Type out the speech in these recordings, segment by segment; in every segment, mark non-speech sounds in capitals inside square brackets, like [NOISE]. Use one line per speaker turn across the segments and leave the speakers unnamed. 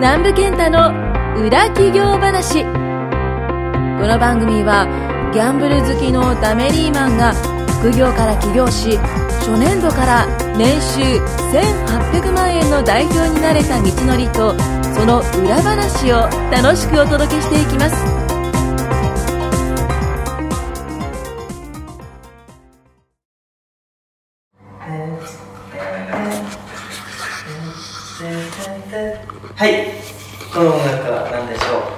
南部健太の裏企業話この番組はギャンブル好きのダメリーマンが副業から起業し初年度から年収1800万円の代表になれた道のりとその裏話を楽しくお届けしていきます
はい、この音楽は何でしょ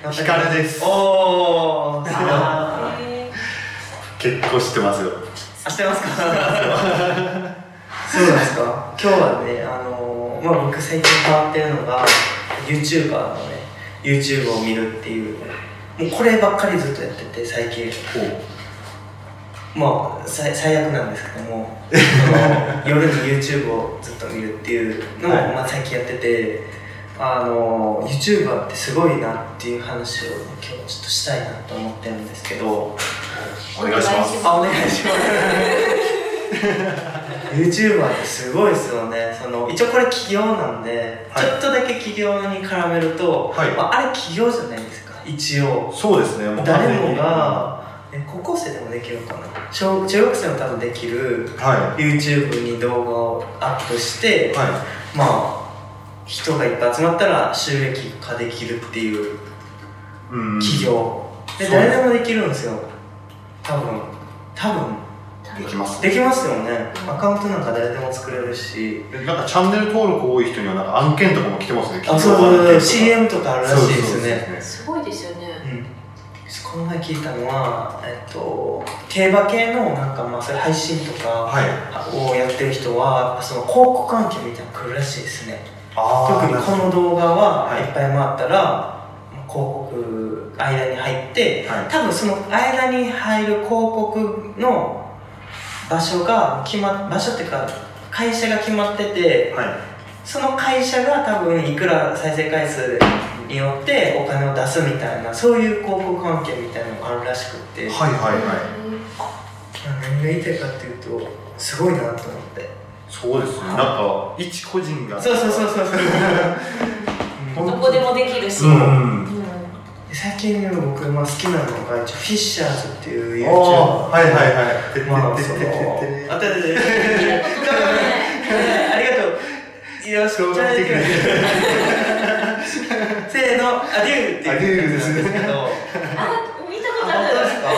う。
ヒカルです
おお、あ
結構知ってますよ
ー、知ってますか。そうなんですか。今日はね、あのー、まあ、僕最近変わってるのが。ユーチューバーのね、ユーチューブを見るっていう。もうこればっかりずっとやってて、最近。まあ、最最悪なんですけども [LAUGHS] あの夜に YouTube をずっと見るっていうのを、
はい
まあ、最近やっててあの YouTuber ってすごいなっていう話を、ね、今日ちょっとしたいなと思ってるんですけど
お願いします
あお願いします YouTuber ってすごいですよねその一応これ起業なんで、
はい
ちょっとだけ起業に絡めると、
はい
まあ、あれ起業じゃないですか一応
そうですねもう完
誰
全に
もが、え高校生でもできるのかな小中学生も多分できる
は
YouTube に動画をアップして、
いは
まあ人がいっぱい集まったら収益化できるっていう
いうん
企業、で
そう
誰
です
でもできるんですよ多分多分
できます
できますよねアカウントなんか誰でも作れるし
でなんかチャンネル登録多い人にはなんか案件とかも来てますね
あそうそう
企業案件と
そう
か
CM とかあるらしいですね
すごいですよね。
うんこの前聞いたのは、えっと、競馬系のなんかまあそれ配信とか
はい
をやってる人はその広告関係みたいなの来るらしいですね特にこの動画は
は
い
い
っぱい回ったら、まあ広告間に入って
はい
多分その間に入る広告の場所が決ま場所っていうか会社が決まってて
はい
その会社が多分いくら再生回数によってお金を出すみたいなそういう広告関係みたいなのがあるらしくって、
はいはいはい
い。
何が言いたいかっていうとすごいなと思って
そうですねなんか一個人が
そうそうそうそうそううん
どこでもできるし。
う
うん
ん
最近ね僕、まあ、好きなのが一応フィッシャーズっていう YouTuber
あーはいはいはいてって
まあ
って
その
ってってって
あたたたありがとうよろしくお願いしますせーのアデューっていう
アデューですね
けど
あ、見たこと
あ本
あ
当で
る。
すか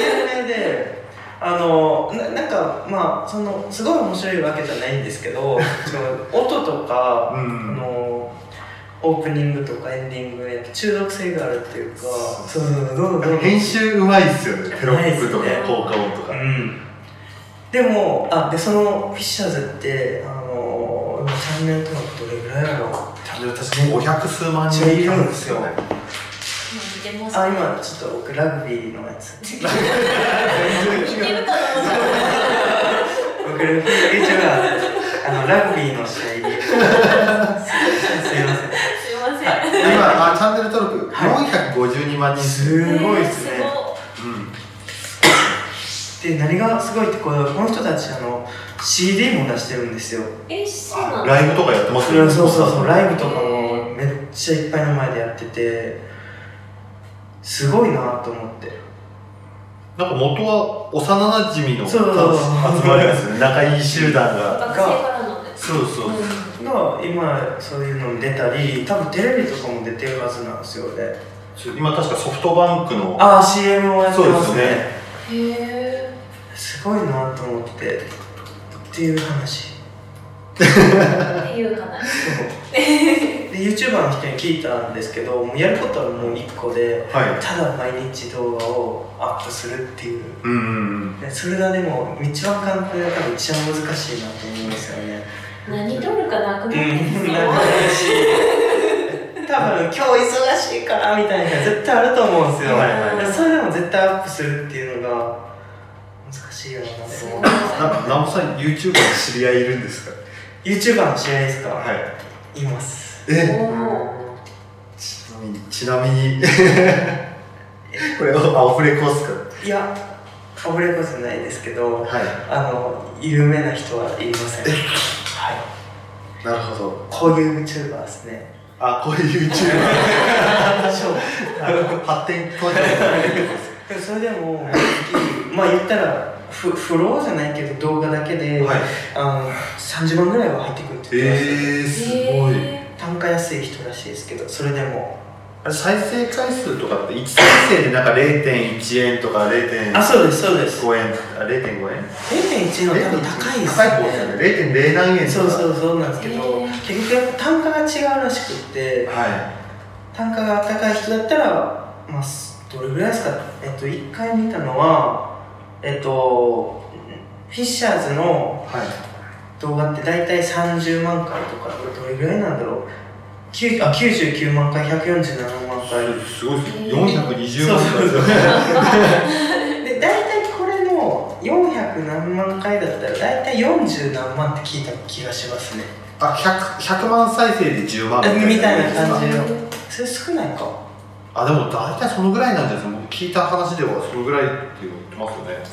有名であのななんかまあそのすごい面白いわけじゃないんですけどその音とか、
うん
あのオープニングとかエンディングで中毒性があるっていうかそうそうそうどうぞどうぞ
編集うまいっすよねテロップと
う
か
まいっすね
効果音とか
うんでもあでそのフィッシャーズってあのチャンネル登録どれぐらいやろう
チャンネル確かに500数万人いるんですよね
見てます。
あ今ちょっと僕ラグビーのやつ
見てるかと思った。
僕 YouTuber あのラグビーの試合に [LAUGHS] すいません
すいません。
今あチャンネル登録
は
452万人数
すごいですね
す。
うん
で何がすごいってこのこの人たちあの CD も出してるんですよ
ごいえ、そうなの。
ライブとかやってます
そう
よ
そうそうライブとかもめっちゃいっぱいの前でやっててすごいなと思って
なんか元は幼馴染の
そうそうそう
集まりですね仲いい集団が
学生からの。
そうそう
が今そういうのに出たり多分テレビとかも出てるはずなんですよね
そう今確かソフトバンクの
ああ CM をやってます
そう
ね
です
へえ。
すごいなと思ってっていう話 [LAUGHS]
っていう
[LAUGHS]
話。
で YouTuber の人に聞いたんですけどもうやることはもう1個で
はい
ただ毎日動画をアップするっていう
うんうん
でそれがでも一番簡単で多分一番難しいなと思うんですよね
何撮るかなくなっ
う
てき
ん
そう。
なんかし多分今日忙しいからみたいな絶対あると思うんですよ、
はいはい
はい
それでも絶対アップするっていうのが難しいよなと思う
ななおさん YouTuber の知り合いいるんですか
YouTuber の試合ですか、
はい
い、ます
え
お
ちなみにちなみにこれをアオフレコっすか
いやかぶれこじゃないですけど
は
あの有名な人はいませんはい
いなるほど
こういう YouTuber ですね
あこういう YouTuber 発展途上
でもそれでもまあ言ったらフフローじゃないけど動画だけで、
はい
あの30万ぐらいは入ってくるって言ってました
えー、すごい、
え
単価安い人らしいですけどそれでも
あれ再生回数とかって1再生でなんか0.1円とか
あ
0.5
そうですそうです
円あ0.5円
0.1の単価高いです
高い方ですよね0.0何円とか
そうそうそうなんですけど、
へー
結局やっぱ単価が違うらしくって
は
単価が高い人だったらまあすどれぐらいですかえっと一回見たのはえっとフィッシャーズの
いはい
動画って大体30万回とかどれぐらいなんだろう9あ99万回147万回
すすごいですね420
そう
万
[LAUGHS]
ですよ
で大体これの400何万回だったら大体40何万って聞いた気がしますね
あ 100, 100万再生で10万
みたいな
ー
感じ
え
の
ー
それ少ないか
あでも大体そのぐらいなんじゃないですか僕聞いた話ではそのぐらいって言ってますよね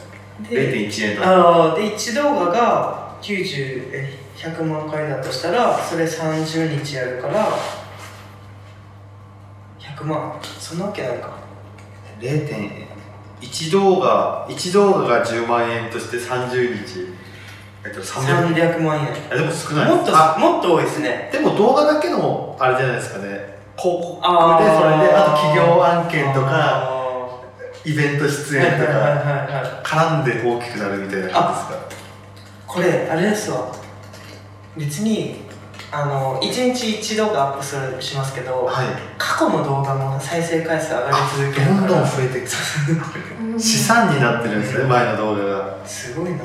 で
0.1円とか
あーで1動画が90え100万回だとしたらそれ30日やるから100万そんなわけないか
0.1動画1動画が10万円として30日えっと300
300万円
あでも少ない
もっと
あ
もっと多いですね
でも動画だけのあれじゃないですかね広告でそれで
あー
あと企業案件とか
あ
イベント出
ーはいは
演
いはい
とか
はいはい
絡んで大きくなるみたいな感じですか
これあれですわ別にあの1日1動画アップするしますけど
はい
過去の動画も再生回数上がり続ける
ど
か
んどん
ら
増えていく
うん
資産になってるんですね前の動画が
すごいな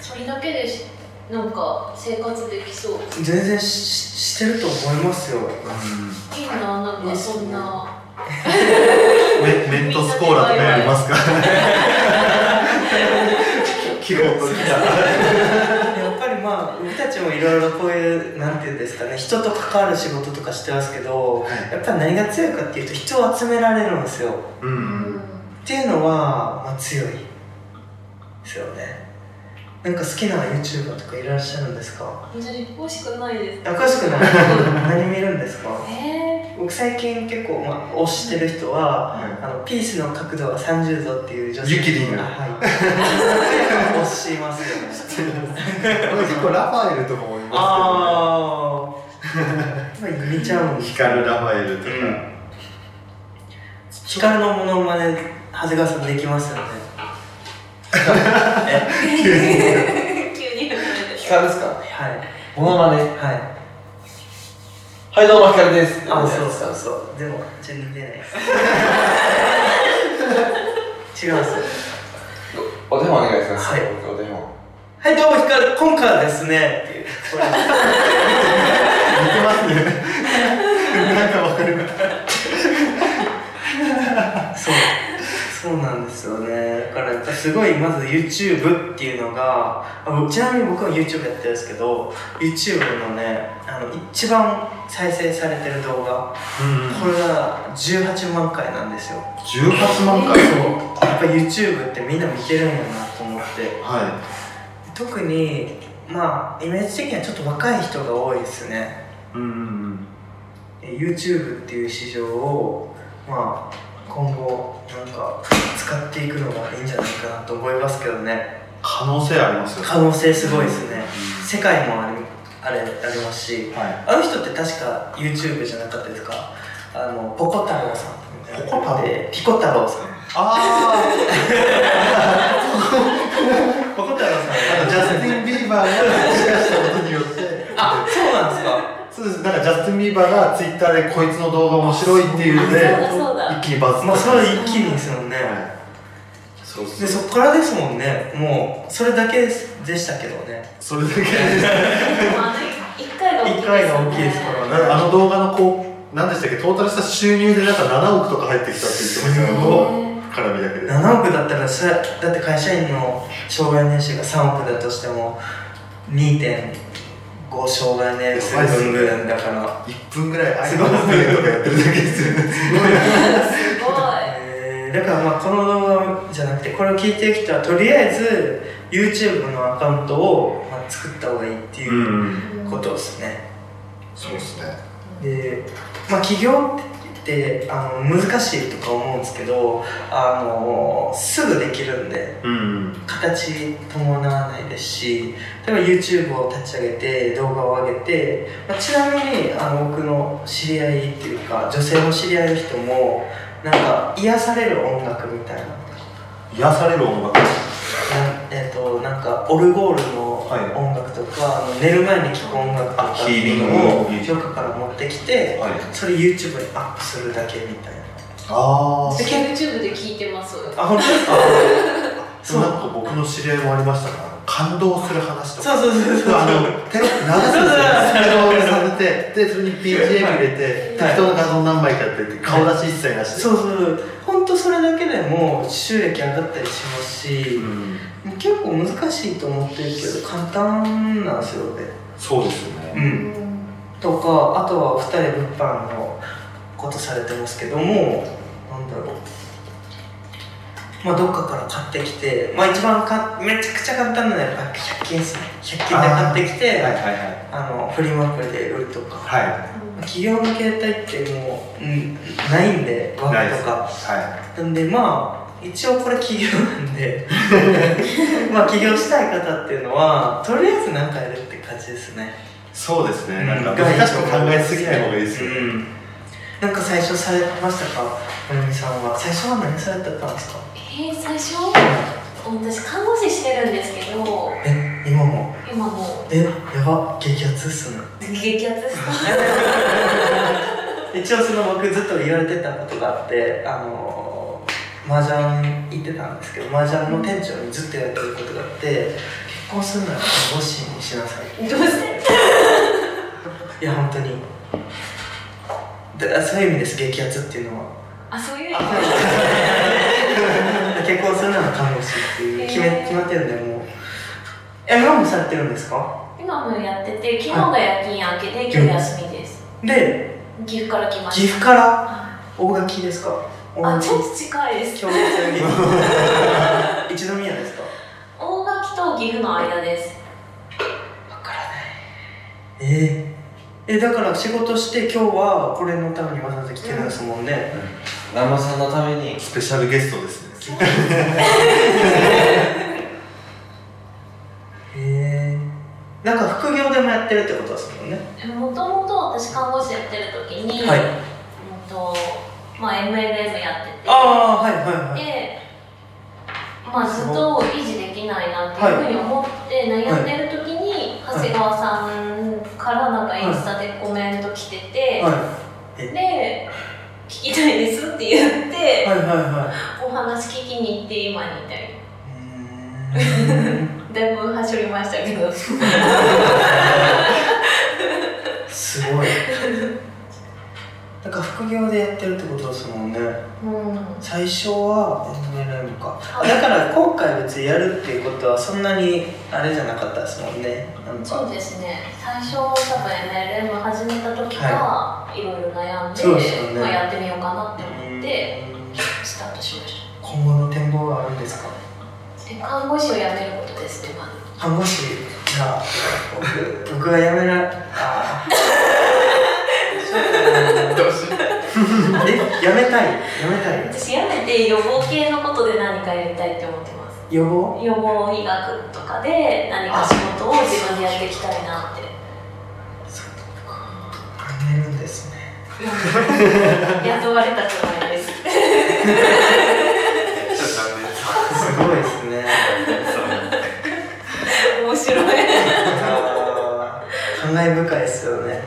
それだけでしなんか生活できそう
全然しししてると思いますよ
いいななんかそんな
メメントスコーラとかやりますか記号と来た
やっぱりまあ僕たちもいろいろこういうなんていうんですかね人と関わる仕事とかしてますけどやっぱり何が強いかっていうと人を集められるんですよ
う
うんん
っていうのは、まあ、強いですよねなんか好きな YouTuber とかいらっしゃるんですか
じゃ欲しくないです
詳しくない何見るんですか
え
僕最近結構、まあ、推してる人は「あのピースの角度は30度」っていう女性
ゆきりん
あ
が
はい推しますよね
僕結構ラファエルとかもいま
ああ見ちゃうん
すけど、ね、
です
[LAUGHS] 光るラファエルと
う
か、
ん光のものまね長谷川さんできますよねえ
ー、急 [LAUGHS] に
ヒカルですか
はい
モノマネ
はい
はいどうもヒカルです
あ、そうそうそう。でも、全然出 [LAUGHS] ないです。違うんですよ。
お手本お願いします
はい
お手本
はい、どうも、ヒカル、今回はですね、っていう。これ
似てますねなんかわかる
そう。そうなんですよね。だから、やっぱすごい、まず YouTube っていうのが、あちなみに僕は YouTube やってるんですけど、YouTube のね、あの、一番再生されてる動画、これが18万回なんですよ。
18万回
そう。やっぱ YouTube ってみんな見てるんやなと思って。
は
特にまあイメージ的にはちょっと若い人が多いですね
いうん
え YouTube っていう市場をまあ今後なんか使っていくのがいいんじゃないかなと思いますけどね
可能性ありますよ、
可能性すごいですね
う
世界もありあれありますし
んは
あの人って確か YouTube じゃなかったですかあのポコ太郎さんみたいな
ポコ太郎
でピコ太郎さん
い、あー
ポコ太郎さん
なんかジャスティン・ビーバーがもしかしたことによって
あそうなんですか
そうですなんかジャスティン・ビーバーがツイッターでこいつの動画面白いっていうので
そうだそうだ
一気にバズった
[LAUGHS] まあそれは一気にですもんね、
はいそう
でそこからですもんねもうそれだけですでしたけどね
それだけで
まあ一回が大きいです、ね、
一回が大きいですか
なん
ら
かあ
ね
の動画のこう何でしたっけトータルした収入でなんか7億とか入ってきたって言ってましたけど
す
ごい
絡みだけで
7億だったらそれだって会社員の障害年収が3億だとしても2.5障害年数分ぐらいだから
1分ぐらいアイドルとかやってるだけですよね
すごい
へだからまあこの動画じゃなくてこれを聞いてる人はとりあえず YouTube のアカウントをまあ作った方がいいって
う
いうんことですね、
そうですね
で、まあ、起業ってあの難しいとか思うんですけどあのすぐできるんで
うん
形伴わないですし例えば YouTube を立ち上げて動画を上げて、まあ、ちなみにあの僕の知り合いっていうか女性の知り合いの人もなんか癒される音楽みたいな
癒される音楽
なんえっとなんかオルゴールの
はい
音楽とか、あの寝る前に聴く音楽とか
あ
っていう
ヒーリング
の
の
を
ミュージ
ど
ッ
っかから持ってきて
はい
それ YouTube にアップするだけみたいな
ああ
私 YouTube で聞いてます。
あ本当です [LAUGHS] か
そうなんか僕の知り合いもありましたから感動する話とか
そうそうそうそう
あのテロップ流すんですよスクロールさせてでそれに BGM 入れて、
はい
適当な画像何枚かやってって顔出し一切なしで
そうそう本当それだけでも収益上がったりしますし、
ん
結構難しいと思ってるけど簡単なんですよね
そうですよね
んとかあとは2人物販のことされてますけどもなんだろうまあどっかから買ってきてまあ一番かめちゃくちゃ簡単なのはやっぱ100均ですね100均で買ってきて
はい
あ、
はいはい
のフリマアプリで売るとか
は
企業の携帯ってもう、うん、ないんで
い
枠とか
は
なんでまあ一応これ起業なん
[LAUGHS]
でまあ起業したい方っていうのはとりあえず何かやるって感じですね
いそうですね、
うん
なんか難しく考えすぎない方がいいですよね、
うんなんか最初されましたかまゆみさんは最初は何されてたんですか
えー、最初私看護師してるんですけど
え今も
今も
えやば激アツっすね
う激アツですか
一応その僕ずっと言われてたことがあってあの麻雀行ってたんですけど麻雀の店長にずっとやってることがあって結婚するなら看護師にしなさい
どうして
いや本当にだそういう意味です激アツっていうのは
あそういう意味
結婚するなら看護師っていう決め,、
へー
決まってるんでもうえ今もされてるんですか
今もやってて昨日が夜勤明けで今日休みです
で
岐阜から来ま
岐
し
阜から
たは
大垣ですか
い
大
あ
垣
ちょっと近いです
京都
[LAUGHS]
一宮ですか
大垣と岐阜の間です
分からないえー、えだから仕事して今日はこれのためにわざわざ来てるんですもんね、
南波さんのために
スペシャルゲスト [LAUGHS] ですね
へえなんか副業でもやってるってことですもんね
もともと私看護師やってる時に、
はい
うんとまあ、MLM やってて
ああはいはいはい
で、まあ、ずっと維持できないなっていうふうに思って悩んでる時に、
はい
長谷川さんからなんかインスタでコメント来てて、
は
で「聞きたいです」って言って、
いはいはいは
お話聞きに行って今に至り
いうーん
だいぶはしょりましたけ
[LAUGHS]
ど
すごいなんか副業でやってるってことですもんね
うん
最初は MLM かだから今回別にやるっていうことはそんなにあれじゃなかったですもんねなん
そう
か
ですね最初多分 MLM 始めた時からいろいろ悩んで、
そうですよね
まあ、やってみようかなって思って
うーん
スタートしまし
今後の展望があるんですか
たで看護師を辞めることですねまず
看護師が僕僕はやめら
[LAUGHS]
あーどうしようえやめたいやめたい
私やめて予防系のことで何かやりたいって思ってます
予防
予防医学とかで何か仕事を自分でやっていきたいなって
やめるんですね
雇われたつもりです
ちょっと残念
すごいですね。
面
[LAUGHS]
白い
あー感慨深いですよね。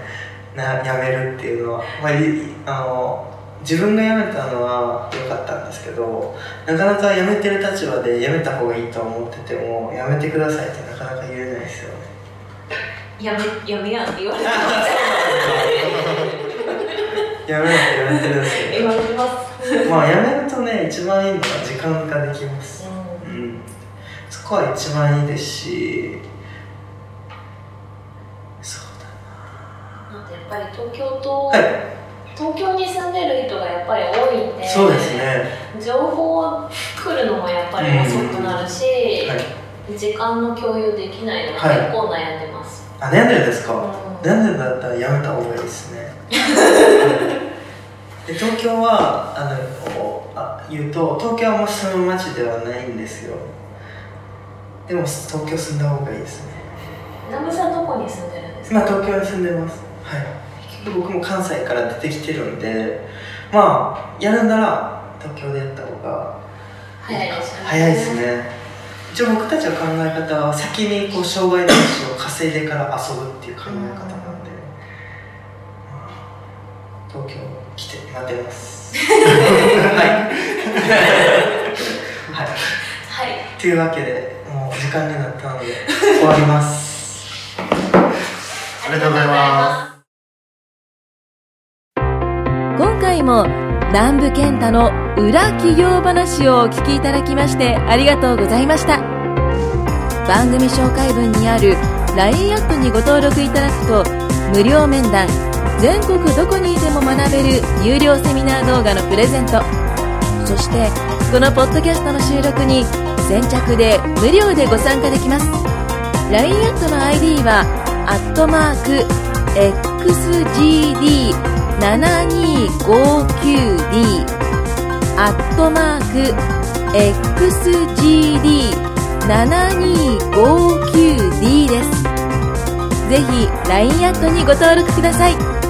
な辞めるっていうのは、まあ、いあの自分が辞めたのは良かったんですけど、なかなか辞めてる立場で辞めた方がいいと思ってても辞めてくださいってなかなか言えないですよね。
やめやめやんって言われてま
辞めるって辞めてるんです
す
け [LAUGHS]
言われてます
ど、まあ辞めるとね一番いいのは時間ができます。うん、そこは一番いいですし、そう
なんかやっぱり東京と、
だ。はい、
東京に住んでる人がやっぱり多いんで
そうですね。
情報来るのもやっぱり遅くなるし、
はい、
時間の共有できないのが
はい
結構悩んでます、
あ悩んでるんですか、
うん
悩んでるんだったらやめた方がいいですねで東京はあのこうあ言うと東京はもう住む街ではないんですよでも東京住んだ方がいいですね
ナムさんどこに住んでるんですか
今東京に住んでますはい結局僕も関西から出てきてるんでまあやるなら東京でやった方が
早いですよね
早いですね一応僕たちの考え方は先にこう障害年収を稼いでから遊ぶっていう考え方なんで、まあ東京来て待ってます [LAUGHS] はい、はい、
はい
というわけでもう時間になった [LAUGHS] ので終わります
ありがとうございます
今回も南部健太の裏企業話をお聞きいただきましてありがとうございました番組紹介文にある LINE アップにご登録いただくと無料面談全国どこにいても学べる有料セミナー動画のプレゼントそしてこのポッドキャストの収録に先着で無料でご参加できます LINE アットの ID はアットマーク XGD7259D アットマーク XGD7259D ですぜひ LINE アットにご登録ください